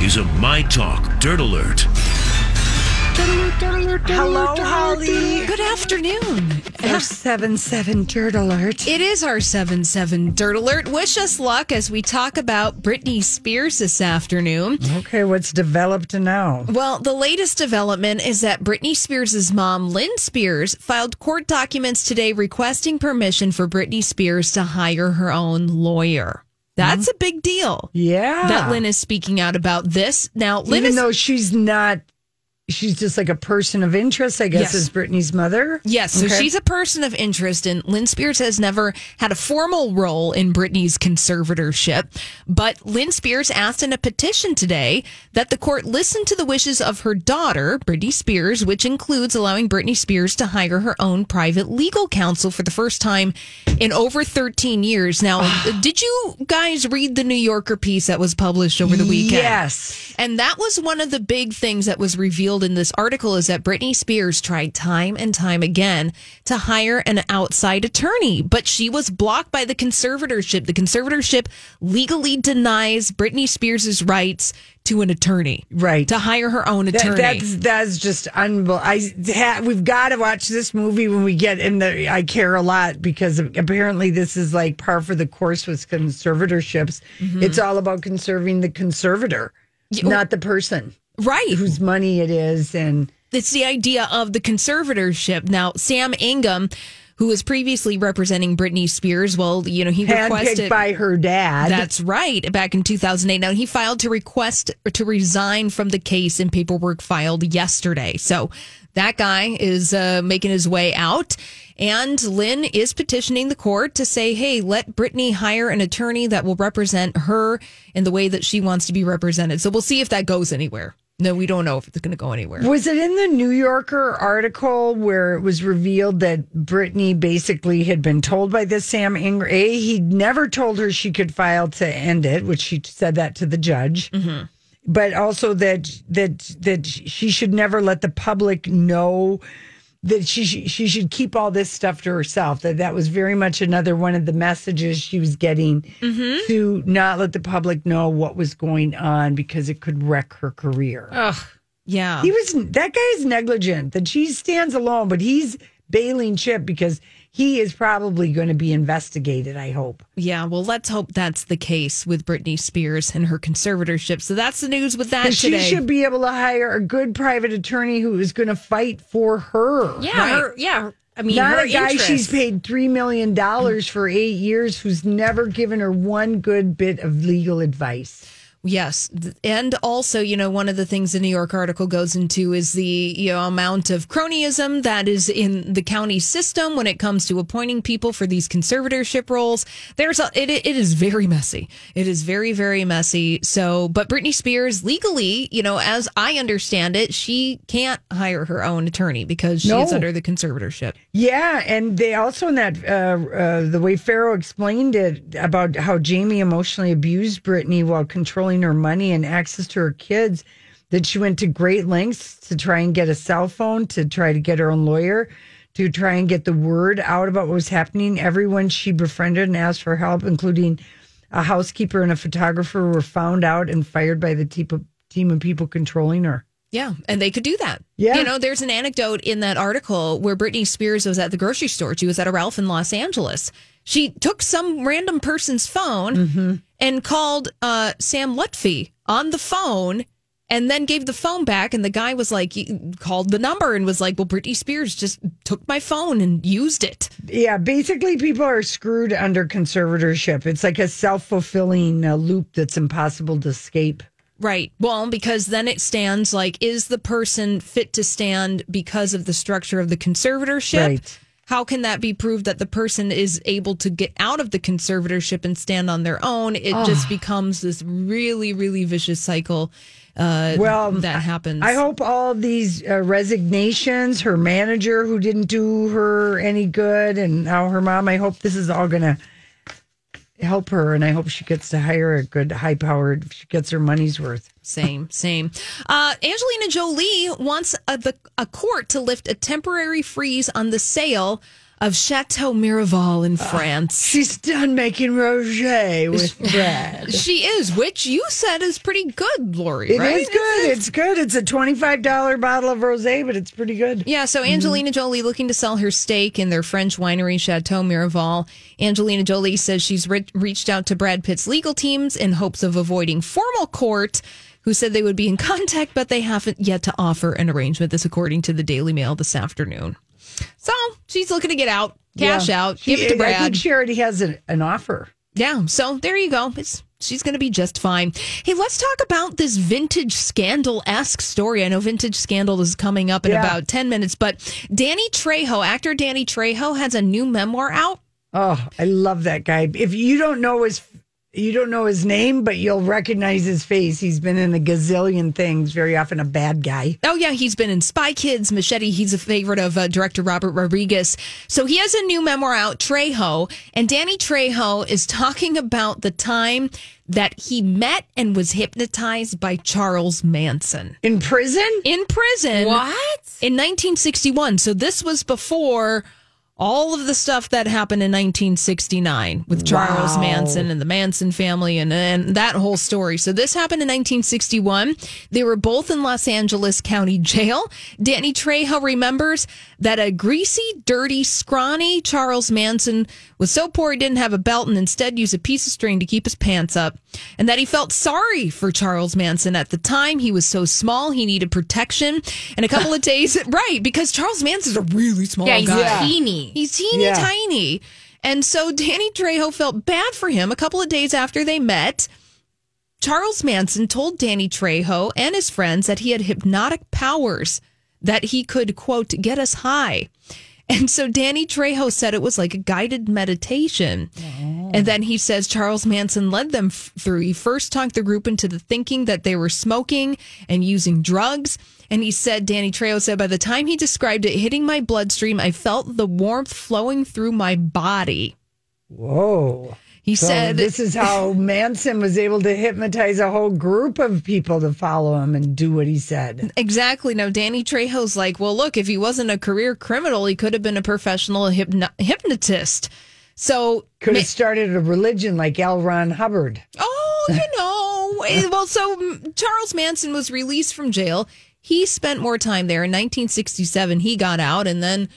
is a My Talk Dirt Alert. Hello, Holly. Good afternoon. Our seven seven dirt alert. It is our 7 7 Dirt Alert. Wish us luck as we talk about Britney Spears this afternoon. Okay, what's developed now? Well, the latest development is that Britney Spears' mom, Lynn Spears, filed court documents today requesting permission for Britney Spears to hire her own lawyer. That's a big deal Mm-hmm. Yeah, that Lynn is speaking out about this. Now, Lynn even is. though she's not, she's just like a person of interest. I guess Yes. is Brittany's mother. Yes, so Okay. she's a person of interest, and Lynn Spears has never had a formal role in Britney's conservatorship. But Lynn Spears asked in a petition today that the court listen to the wishes of her daughter, Britney Spears, which includes allowing Britney Spears to hire her own private legal counsel for the first time in over 13 years. Now, did you guys read the New Yorker piece that was published over the weekend? Yes. And that was one of the big things that was revealed in this article is that Britney Spears tried time and time again to hire an outside attorney, but she was blocked by the conservatorship. The conservatorship legally denies Britney Spears' rights to an attorney. Right. To hire her own That- attorney. that's that's just unbelievable. I ha, we've got to watch this movie when we get in the. I care a lot because apparently this is like par for the course with conservatorships. Mm-hmm. It's all about conserving the conservator, oh. not the person right. whose money it is, and it's the idea of the conservatorship. Now, Sam Ingham, who was previously representing Britney Spears, well, you know, he handpicked requested by her dad. That's right. Back in 2008. Now, he filed to request to resign from the case, and paperwork filed yesterday. So that guy is uh, making his way out. And Lynn is petitioning the court to say, hey, let Brittany hire an attorney that will represent her in the way that she wants to be represented. So we'll see if that goes anywhere. No, we don't know if it's going to go anywhere. Was it in the New Yorker article where it was revealed that Brittany basically had been told by this Sam Inger? A, he never told her she could file to end it, which she said that to the judge. But also that that that she should never let the public know that she sh- she should keep all this stuff to herself. That that was very much another one of the messages she was getting to not let the public know what was going on because it could wreck her career. Yeah. He was that guy is negligent. That she stands alone, but he's bailing Chip because he is probably going to be investigated. I hope. Yeah. Well, let's hope that's the case with Britney Spears and her conservatorship. So that's the news with that 'Cause today. She should be able to hire a good private attorney who is going to fight for her. Yeah, her, yeah. I mean, Not her a guy interests. she's paid three million dollars for eight years, who's never given her one good bit of legal advice. Yes. Th- And also, you know, one of the things the New York article goes into is the you know, amount of cronyism that is in the county system when it comes to appointing people for these conservatorship roles. There's a, it, it is very messy. It is very, very messy. So, but Britney Spears legally, you know, as I understand it, she can't hire her own attorney because she is No. under the conservatorship. Yeah, and they also in that uh, uh, the way Pharaoh explained it about how Jamie emotionally abused Brittany while controlling her money and access to her kids, that she went to great lengths to try and get a cell phone, to try to get her own lawyer, to try and get the word out about what was happening. Everyone she befriended and asked for help, including a housekeeper and a photographer, were found out and fired by the team of, team of people controlling her. Yeah, and they could do that. Yeah. You know, there's an anecdote in that article where Britney Spears was at the grocery store. She was at a Ralph in Los Angeles. She took some random person's phone and called uh, Sam Lutfi on the phone and then gave the phone back. And the guy was like, he called the number and was like, well, Britney Spears just took my phone and used it. Yeah, basically, people are screwed under conservatorship. It's like a self fulfilling uh, loop that's impossible to escape. Right. Well, because then it stands like, is the person fit to stand because of the structure of the conservatorship? Right. How can that be proved that the person is able to get out of the conservatorship and stand on their own? It just becomes this really, really vicious cycle uh, Well, that happens. I hope all these uh, resignations, her manager who didn't do her any good, and now her mom, I hope this is all going to help her. And I hope she gets to hire a good, high powered, she gets her money's worth. Same, same. Uh, Angelina Jolie wants a, the, a court to lift a temporary freeze on the sale of Chateau Miraval in France. She's done making roger with bread. She is, which you said is pretty good, Lori, It right? is good. It's good. It's a twenty-five dollar bottle of rosé, but it's pretty good. Yeah, so Angelina Jolie looking to sell her stake in their French winery Chateau Miraval. Angelina Jolie says she's re- reached out to Brad Pitt's legal teams in hopes of avoiding formal court, who said they would be in contact, but they haven't yet to offer an arrangement. This, according to the Daily Mail this afternoon. So she's looking to get out, cash out, She- give it to I think Brad. she already has an, an offer. Yeah, so there you go. It's she's going to be just fine. Hey, let's talk about this vintage scandal esque story. I know vintage scandal is coming up in Yeah. about ten minutes, but Danny Trejo, actor Danny Trejo, has a new memoir out. Oh, I love that guy. If you don't know his, you don't know his name, but you'll recognize his face. He's been in a gazillion things. Very often a bad guy. Oh yeah, he's been in Spy Kids, Machete. He's a favorite of uh, director Robert Rodriguez. So he has a new memoir out, Trejo, and Danny Trejo is talking about the time that he met and was hypnotized by Charles Manson In prison? in prison. What? in 1961. So this was before all of the stuff that happened in 1969 with Charles Wow. Oh. Manson and the Manson family and, and that whole story. So this happened in 1961. They were both in Los Angeles County Jail. Danny Trejo remembers that a greasy, dirty, scrawny Charles Manson was so poor he didn't have a belt and instead used a piece of string to keep his pants up, and that he felt sorry for Charles Manson at the time. He was so small, he needed protection. And a couple of days, right, because Charles Manson's a really small Yeah, he's guy. teeny. He's teeny Yeah. tiny. And so Danny Trejo felt bad for him a couple of days after they met. Charles Manson told Danny Trejo and his friends that he had hypnotic powers that he could, quote, get us high. And so Danny Trejo said it was like a guided meditation. And then he says Charles Manson led them f- through. He first talked the group into the thinking that they were smoking and using drugs. And he said, Danny Trejo said, by the time he described it hitting my bloodstream, I felt the warmth flowing through my body. Whoa. He So said, this is how Manson was able to hypnotize a whole group of people to follow him and do what he said. Exactly. Now, Danny Trejo's like, well, look, if he wasn't a career criminal, he could have been a professional hypno- hypnotist. So, Could have started a religion like L. Ron Hubbard. oh, you know. eh, well, so mm, Charles Manson was released from jail. He spent more time there. In 1967, he got out, and then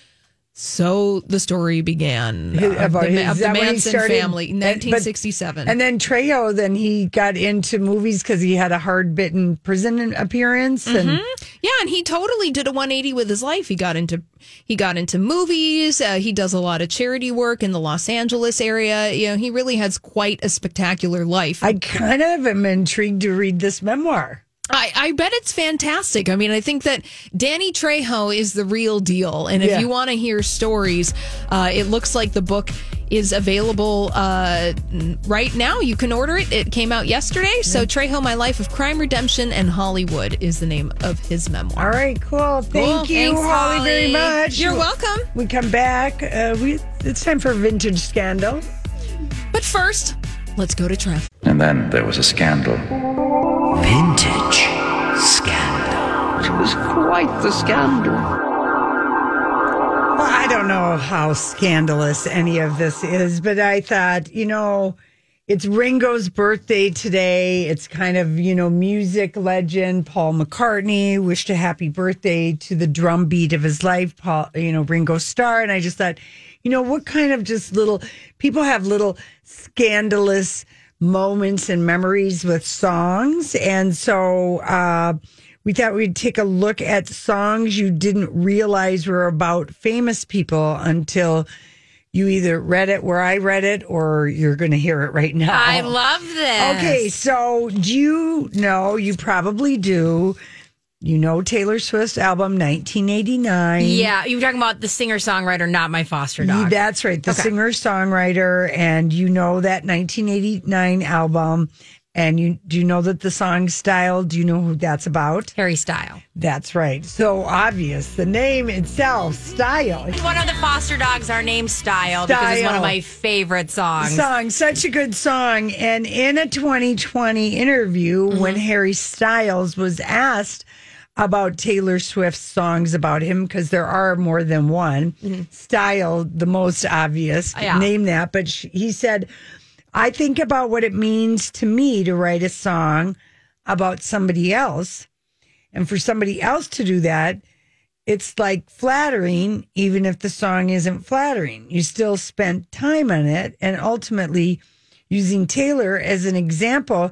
so the story began His- of about the, his- Ma- of is the that when he Manson started? family, And- but- 1967. And then Trejo, then he got into movies because he had a hard bitten prison appearance. And Mm-hmm. Yeah, and he totally did a 180 with his life. He got into he got into movies. Uh, he does a lot of charity work in the Los Angeles area. You know, he really has quite a spectacular life. I kind of am intrigued to read this memoir. I, I bet it's fantastic. I mean, I think that Danny Trejo is the real deal. And if Yeah. you want to hear stories, uh, it looks like the book is available uh, right now. You can order it. It came out yesterday. So, Trejo, My Life of Crime, Redemption, and Hollywood is the name of his memoir. All right, cool. Thank Cool. you, Thanks, Holly, very Holly. much. You're welcome. We come back. Uh, we it's time for vintage scandal. But first, let's go to traffic. And then there was a scandal. Vintage Scandal. It was quite the scandal. Well, I don't know how scandalous any of this is, but I thought, you know, it's Ringo's birthday today. It's kind of, you know, music legend Paul McCartney wished a happy birthday to the drum beat of his life, Paul, you know, Ringo Starr. And I just thought, you know, what kind of just little people have little scandalous moments and memories with songs. And so, uh, we thought we'd take a look at songs you didn't realize were about famous people until you either read it where I read it or you're going to hear it right now. I love this. Okay, so do you know? You probably do. You know Taylor Swift's album 1989. Yeah, you were talking about the singer songwriter, not my foster dog. That's right, the singer songwriter, and you know that 1989 album. And you do you know that the song style? Do you know who that's about? Harry Style. That's right. So obvious. The name itself, style. One of the foster dogs are named Style, because it's one Style. of my favorite songs. Song, such a good song. And Mm-hmm. in a 2020 interview, when Harry Styles was asked about Taylor Swift's songs about him because there are more than one. Style, the most obvious, Yeah. name that. But she, he said, I think about what it means to me to write a song about somebody else. And for somebody else to do that, it's like flattering, even if the song isn't flattering. You still spent time on it. And ultimately, using Taylor as an example,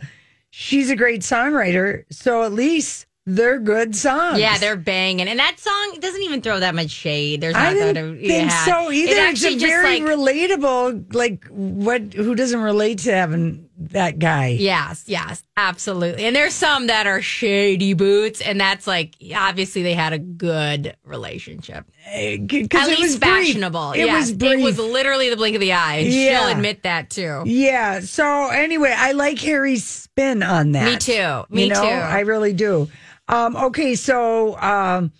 she's a great songwriter. So at least they're good songs. Yeah, they're banging, and that song doesn't even throw that much shade. There's not I didn't that. of- think yeah. so either. It it's actually a just, very like, relatable, like what? Who doesn't relate to having that guy? Yes, yes, absolutely. And there's some that are shady boots, and that's like obviously they had a good relationship, because at Uh, it least was brief. fashionable. It yes, was brief. it was literally the blink of the eye. and Yeah. She'll admit that too. yeah. So anyway, I like Harry's spin on that. Me too. Me you know, too. I really do. Um, okay, so um,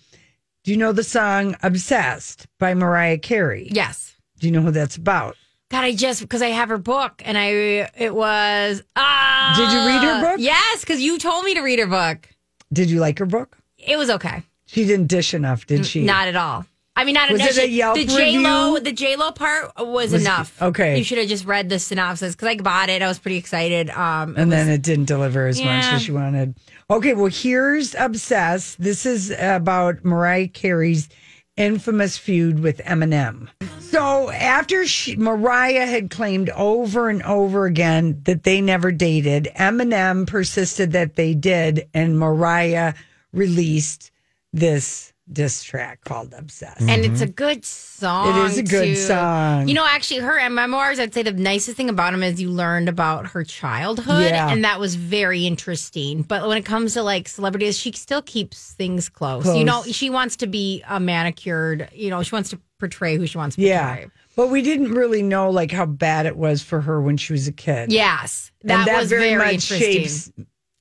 do you know the song "Obsessed" by Mariah Carey? yes. Do you know who that's about? God, I just because I have her book and I it was ah. Did you read her book? Yes, because you told me to read her book. Did you like her book? It was okay. She didn't dish enough, did she? Not at all. I mean, not Was enough. it a Yelp the J Lo, review? the J Lo part was, enough. okay. you should have just read the synopsis because I bought it. I was pretty excited. Um, and then it didn't deliver as much Yeah. as she wanted. Okay, well, here's Obsessed. This is about Mariah Carey's infamous feud with Eminem. So, after she, Mariah had claimed over and over again that they never dated, Eminem persisted that they did, and Mariah released this diss track called Obsessed. and it's a good song. Mm-hmm. It is a good too. song. You know, actually, her memoirs. I'd say the nicest thing about them is you learned about her childhood, Yeah. and that was very interesting. But when it comes to like celebrities, she still keeps things close. Close. You know, she wants to be a manicured. You know, she wants to portray who she wants to yeah. portray. But we didn't really know like how bad it was for her when she was a kid. Yes, that, and that was very, very, much interesting. shapes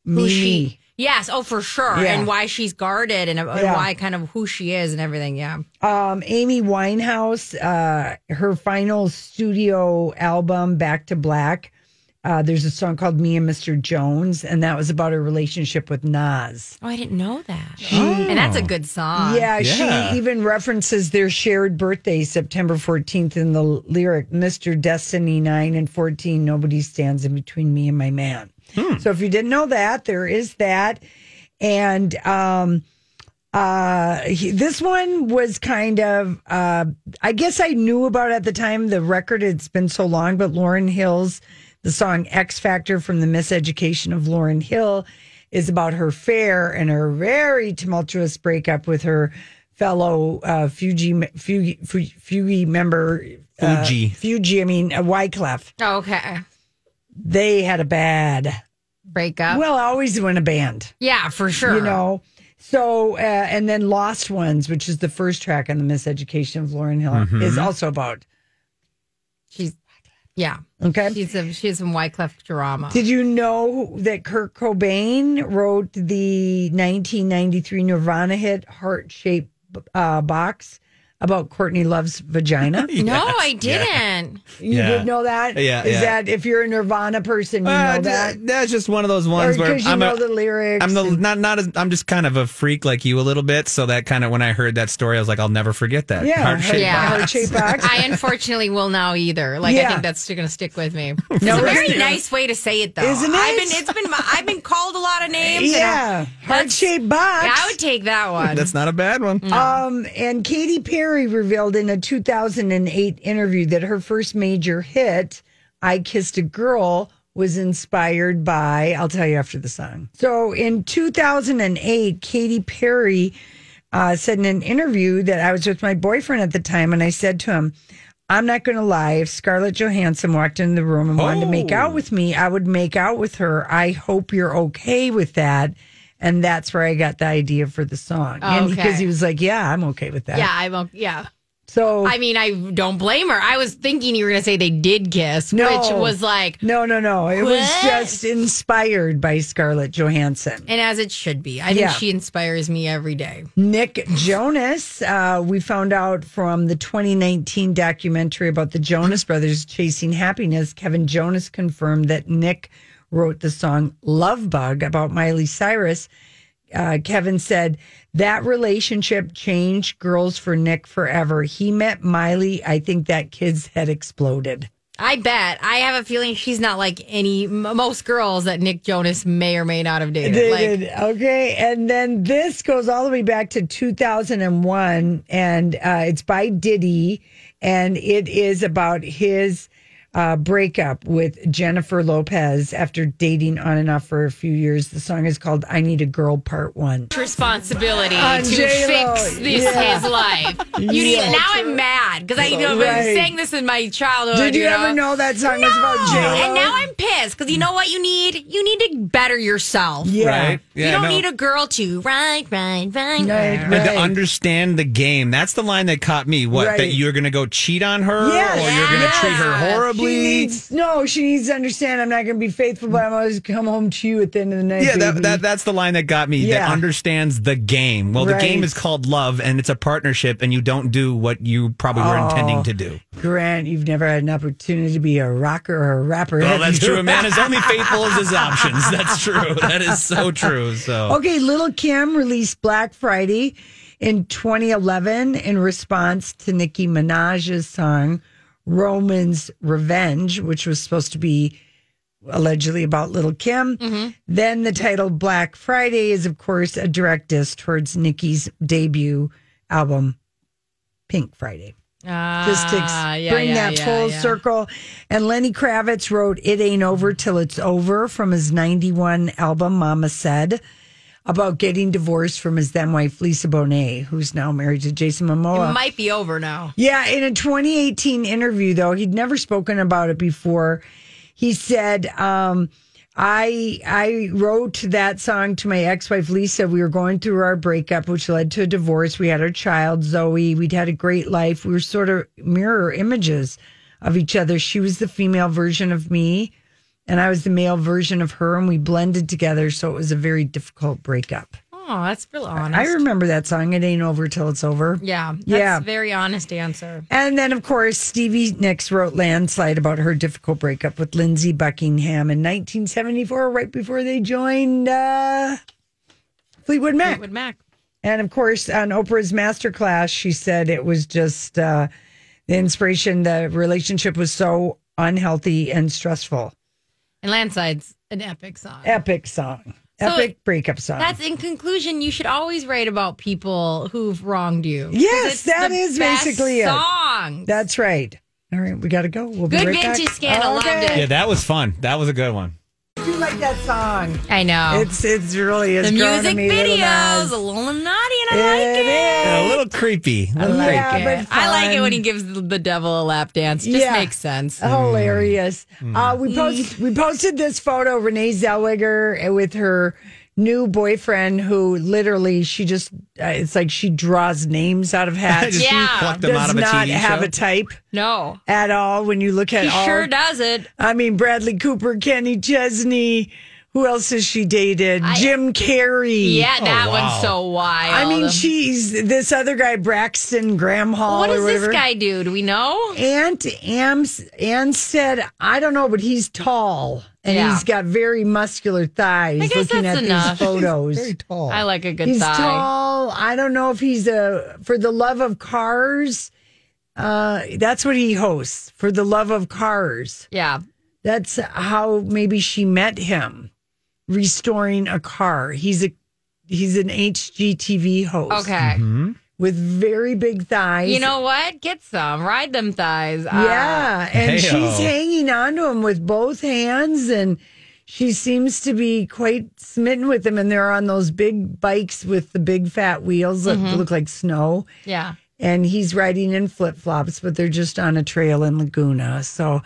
who me. she yes oh for sure Yeah. and why she's guarded and, and Yeah. why kind of who she is and everything yeah Um, Amy Winehouse, uh, her final studio album, Back to Black. Uh, there's a song called "Me and Mr. Jones," and that was about her relationship with Nas. oh i didn't know that Oh, and that's a good song yeah, yeah. she even references their shared birthday, September 14th, in the lyric "Mr. Destiny 9 and 14. Nobody stands in between me and my man." So if you didn't know that, there is that, and um, uh he, this one was kind of uh i guess i knew about it at the time the record it's been so long but lauren hill's the song x factor from the miseducation of lauren hill is about her fair and her very tumultuous breakup with her fellow uh fuji fugi Fu- fugi member uh, Fuji. fuji i mean uh, wyclef okay they had a bad break up well always when a band yeah for sure you know. So, uh, and then Lost Ones, which is the first track on the Miseducation of Lauren Hill, Mm-hmm. is also about. she's yeah Okay. she's a she's some wyclef drama Did you know that Kurt Cobain wrote the 1993 Nirvana hit Heart Shaped uh, Box about Courtney Love's vagina? you no i didn't Yeah. did know that? Yeah, Is yeah. that if you're a Nirvana person, you Uh, know th- that? That's just one of those Or ones where because you I'm know a, the lyrics? I'm the and- not not as I'm just kind of a freak like you a little bit, so that kind of when I heard that story, I was like, I'll never forget that. yeah, Heart-shaped Yeah. box. Heart Shaped Box. i unfortunately will now either like Yeah. i think that's gonna stick with me it's a very nice way to say it though Isn't i've it? been it's been my, i've been called a lot of names and I- yeah, Heart Shaped Box. I would take that one That's not a bad one. Um, and Katy Perry revealed in a 2008 interview that her first major hit, I Kissed a Girl, was inspired by, I'll tell you after the song. So in 2008, Katy Perry uh, said in an interview that I was with my boyfriend at the time, and I said to him, I'm not going to lie. If Scarlett Johansson walked in the room and wanted to make out with me, I would make out with her. I hope you're okay with that. And that's where I got the idea for the song. And Okay. because he was like, Yeah, I'm okay with that. yeah i'm o- yeah So I mean, I don't blame her. I was thinking you were going to say they did kiss, No. which was like, no, no, no. It was What? just inspired by Scarlett Johansson. and as it should be. I Yeah. think she inspires me every day. Nick Jonas, uh, we found out from the 2019 documentary about the Jonas Brothers chasing happiness. Kevin Jonas confirmed that Nick wrote the song Love Bug about Miley Cyrus. uh, Kevin said that relationship changed girls for Nick forever. He met Miley. I think that kid's head exploded. I bet. I have a feeling she's not like any m- most girls that Nick Jonas may or may not have dated. They like, did. Okay. And then this goes all the way back to 2001, and uh, it's by Diddy, and it is about his uh, breakup with Jennifer Lopez after dating on and off for a few years. The song is called I Need a Girl Part One. responsibility On to J-Lo, fix this yeah. his life. You need, Yeah. now I'm mad because I you know, Right. been saying this in my childhood. Did you ever know that song was about J-Lo? Oh, And now I'm pissed because you know what you need? You need to better yourself. Yeah. Right? you don't no. need a girl to ride, ride, Right, ride. ride. And to right. understand the game. That's the line that caught me. What? Right. That you're going to go cheat on her? Yes. Or you're going to Yeah. treat her She She horribly? needs no. She needs to understand. I'm not going to be faithful, but I'm always come home to you at the end of the night. yeah, that, baby. that that's the line that got me. Yeah. That understands the game. Well, Right. the game is called love, and it's a partnership, and you don't do what you probably were intending to do. Grant, you've never had an opportunity to be a rocker or a rapper. Well, have that's you? true. A man is only faithful as his options. That's true. That is so true. So Okay, Little Kim released Black Friday in 2011 in response to Nicki Minaj's song Roman's Revenge, which was supposed to be allegedly about Little Kim. Mm-hmm. Then the title Black Friday is, of course, a direct diss towards Nicki's debut album, Pink Friday just to ex- Ah, yeah, bring yeah, that yeah, full yeah. circle. And Lenny Kravitz wrote "It Ain't Over Till It's Over" from his '91 album "Mama Said" about getting divorced from his then wife Lisa Bonet, who's now married to Jason Momoa. It might be over now. Yeah, in a 2018 interview, though, he'd never spoken about it before. He said, um, I I wrote that song to my ex-wife Lisa. We were going through our breakup, which led to a divorce. We had our child, Zoe. We'd had a great life. We were sort of mirror images of each other. She was the female version of me, and I was the male version of her, and we blended together, so it was a very difficult breakup. Oh, that's real honest. I remember that song, It Ain't Over Till It's Over. yeah, that's Yeah. a very honest answer. And then, of course, Stevie Nicks wrote Landslide about her difficult breakup with Lindsey Buckingham in 1974, right before they joined uh, Fleetwood Mac. Would Mac. And of course, on Oprah's masterclass, she said it was just uh, the inspiration. The relationship was so unhealthy and stressful. And Landside's an epic song. Epic song, So epic breakup song. That's in conclusion. You should always write about people who've wronged you. Yes, that that is is basically it. song. That's right. All right, we got to go. We'll be Good right vintage back. scandal, loved Okay. yeah, that was fun. That was a good one. I do like that song. I know It's it's really is the grown on music me, Little videos, Nas. a little naughty, and I like it. Yeah, a little creepy. A I little like creepy. Yeah, it. but I like it fun. when he gives the the devil a lap dance. Just Yeah. makes sense. Hilarious. Mm. Uh, we post we posted this photo Renee Zellweger with her new boyfriend who literally she just uh, it's like she draws names out of hats. Just Yeah. plucked them out Does of a not TV have show. a type No, at all when you look at he all sure does it. I mean Bradley Cooper, Kenny Chesney, who else has she dated? Jim Carrey. Yeah, Oh, that wow. one's so wild. I mean she's this other guy Braxton Graham Hall what or does this whatever. guy do? Do we know? Aunt Ams Ann said, I don't know, but he's tall and Yeah. he's got very muscular thighs. I guess looking that's at enough. these photos. tall. I like a good he's thigh. tall. I don't know if he's a for the love of cars. Uh, that's what he hosts for the love of cars. Yeah, That's how maybe she met him, restoring a car. He's a he's an HGTV host Okay. Mm-hmm. with very big thighs. You know what? Get some. Ride them thighs. Uh, Yeah, and Heyo. she's hanging on to him with both hands, and she seems to be quite smitten with him. And they're on those big bikes with the big fat wheels that Mm-hmm. look like snow, yeah. and he's riding in flip flops, but they're just on a trail in Laguna. So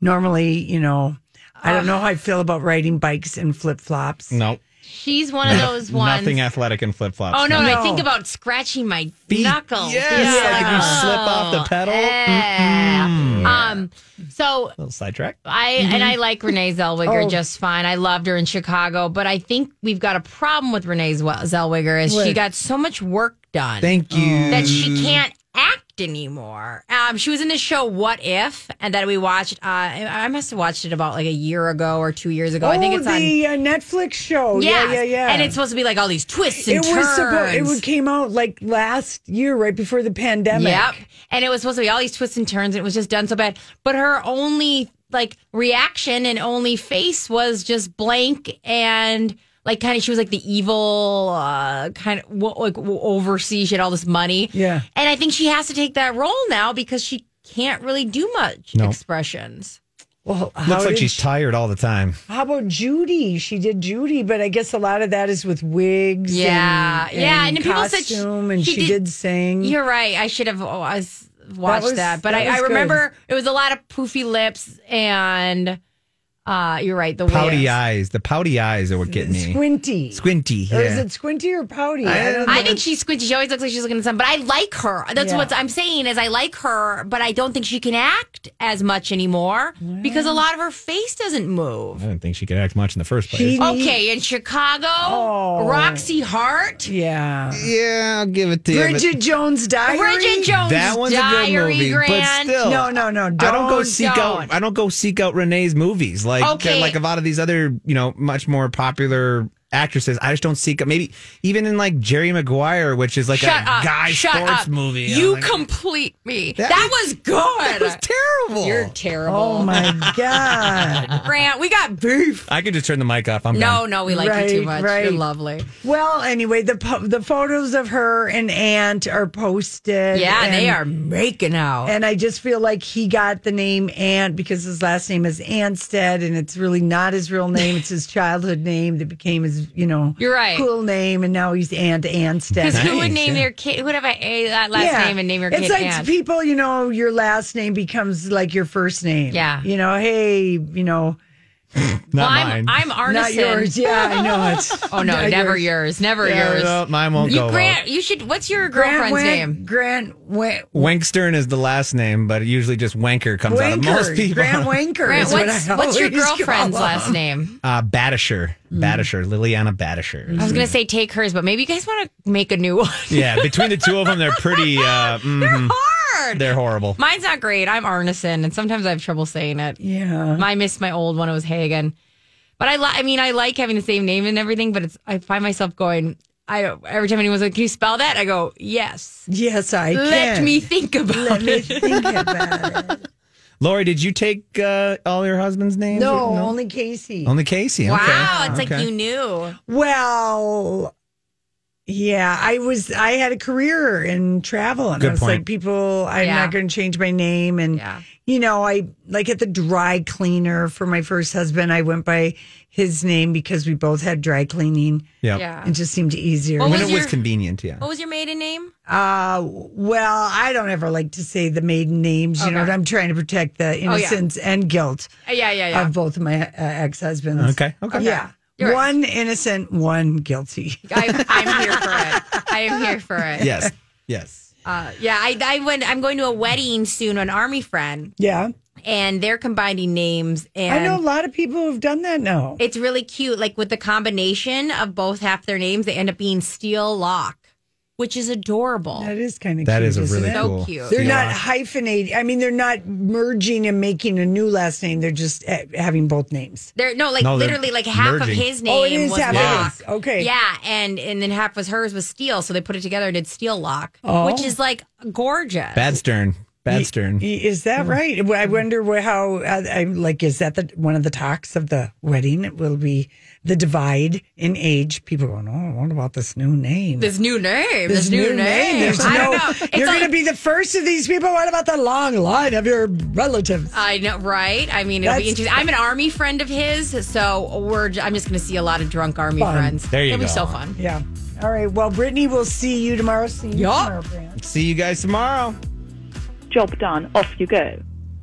normally, you know, I don't Uh, know how I feel about riding bikes in flip flops. No, She's one of those ones. nothing athletic in flip flops. Oh no, No. I think about scratching my knuckles. Yes, Yeah. like if you slip Mm-hmm. off the pedal. Eh. Yeah. Um. So Little sidetrack. I and I like Renee Zellweger Mm-hmm. Oh. just fine. I loved her in Chicago, but I think we've got a problem with Renee Zell- Zellweger is she What? Oh. got so much work done Thank you. that she can't act act anymore. Um, she was in the show What If, and that we watched. Uh, I I must have watched it about like a year ago or two years ago. I think it's oh, on. the uh, Netflix show. Yes. Yeah, yeah, yeah. And it's supposed to be like all these twists and it turns. was supposed. It was- came out like last year, right before the pandemic. Yep. And it was supposed to be all these twists and turns, and it was just done so bad. But her only like reaction and only face was just blank and like kind of she was like the evil uh, kind of wo- like wo- overseas. She had all this money. Yeah. And I think she has to take that role now because she can't really do much No. expressions. Well, how Looks like did she's she- tired all the time. How about Judy? She did Judy, but I guess a lot of that is with wigs. Yeah, and, yeah, and, and people said she- costume, and she she did, did- sing. You're right. I should have oh, I s- watched that, was- but that I, I was remember it was a lot of poofy lips and uh, you're right. The Pouty wigs. eyes. The pouty eyes are what get me. Squinty. Squinty. Or is Yeah. it squinty or pouty? I- don't I know. think she's squinty. She always looks like she's looking at something, but I like her. That's Yeah. what I'm saying is I like her, but I don't think she can act as much anymore because a lot of her face doesn't move. I didn't think she could act much in the first She- place. Okay, in Chicago, Oh. Roxy Hart, Yeah. yeah, I'll give it to you. but- Bridget Jones Diary. Bridget Jones, That one's Diary a good movie, Grand. but still, No, no, no, I don't go don't, seek don't. out. I don't go seek out Renee's movies like Okay. like a lot of these other you know much more popular actresses. I just don't seek out. Maybe even in like Jerry Maguire, which is like Shut a up! guy Shut sports up. movie. You I'm like, complete me. That, That- was good. that was terrible. You're terrible, Oh my God. Grant. We got beef. I could just turn the mic off. I'm No, no, we like you too Right, much. right. You're lovely. well, anyway, the po- the photos of her and Aunt are posted. Yeah, and, they are making out. And I just feel like he got the name Ant because his last name is Anstead, and it's really not his real name. It's his childhood name that became his, you know, You're right. cool name, and now he's Ant Anstead. Because who Nice, would name yeah. their kid? Who would have a, that last name and name your it's kid like Ann? people, you know, your last name becomes like your first name. Yeah. You know, hey, you know, not well, mine. I'm, I'm Arneson. not yours. Yeah, I know it's. Oh no, not never yours. yours. Never Yeah, yours. no, mine won't you go Grant, you should. What's your Grant girlfriend's Wank- name? Grant Wank- well. Wankstern is the last name, but usually just Wanker comes out of Wanker. most people. Grant Wanker. Grant, is what's, what I what's your always call girlfriend's him. last name? uh, Badisher, Badisher, Liliana Badisher. I was gonna say take hers, but maybe you guys want to make a new one. Yeah, between the two of them, they're pretty. Uh, mhm. Hard. They're horrible. Mine's not great. I'm Arneson, and sometimes I have trouble saying it. Yeah. I miss my old one. It was Hagen. But I, li- I mean, I like having the same name and everything. But it's, I find myself going. I every time anyone's like, "Can you spell that?" I go, "Yes." Yes, I can. Let me think about Let me it. think about it. Lori, did you take uh, all your husband's names? No, only Casey. Only Casey. Okay. Wow, it's Okay. like you knew. well, yeah, I was. I had a career in travel, and Good I was point. like, people, I'm Yeah. not going to change my name, and Yeah. you know, I like at the dry cleaner for my first husband, I went by his name because we both had dry cleaning. Yep. Yeah. Oh, It just seemed easier. What When was it was your- convenient, yeah. What was your maiden name? Uh, well, I don't ever like to say the maiden names. You know, Okay. Oh, I'm trying to protect the yeah. innocence and guilt Uh, yeah, yeah, yeah. of both of my uh, ex husbands. Okay, okay. Yeah. You're right. One innocent, one guilty. I, I'm here for it. I am here for it. Yes. Yes. Uh, yeah, I, I went. I'm going to a wedding soon. An army friend, Yeah. and they're combining names. And I know a lot of people who've done that now. It's really cute. Like with the combination of both half their names, they end up being Steel Lock, which is adorable. That is kind of That cute, is a isn't really it? So cool. cute. They're Yeah. not hyphenating. I mean, they're not merging and making a new last name. They're just uh, having both names. They're no, like No, they're literally, like half merging. of his name Oh, it is was half Lock. his. Okay. yeah, and and then half was hers was Steel, so they put it together and did Steel Lock, Oh. which is like gorgeous. Bad Stern. Bad Y- Stern. Is Mm-hmm. that right? I wonder wh- how. uh, I, I'm like, is that the one of the talks of the wedding? It will be the divide in age. People going, oh, what about this new name? This new name. This, new, name. There's I no, don't know. It's You're like- going to be the first of these people. What about the long line of your relatives? I know, right? I mean, it'll be That's- interesting. I'm an army friend of his, so we're. j- I'm just going to see a lot of drunk army Fun. friends. There you it'll be go. so fun. yeah. All right. Well, Brittany, we'll see you tomorrow. See you Yup. tomorrow, Brand. See you guys tomorrow. Job done. Off you go.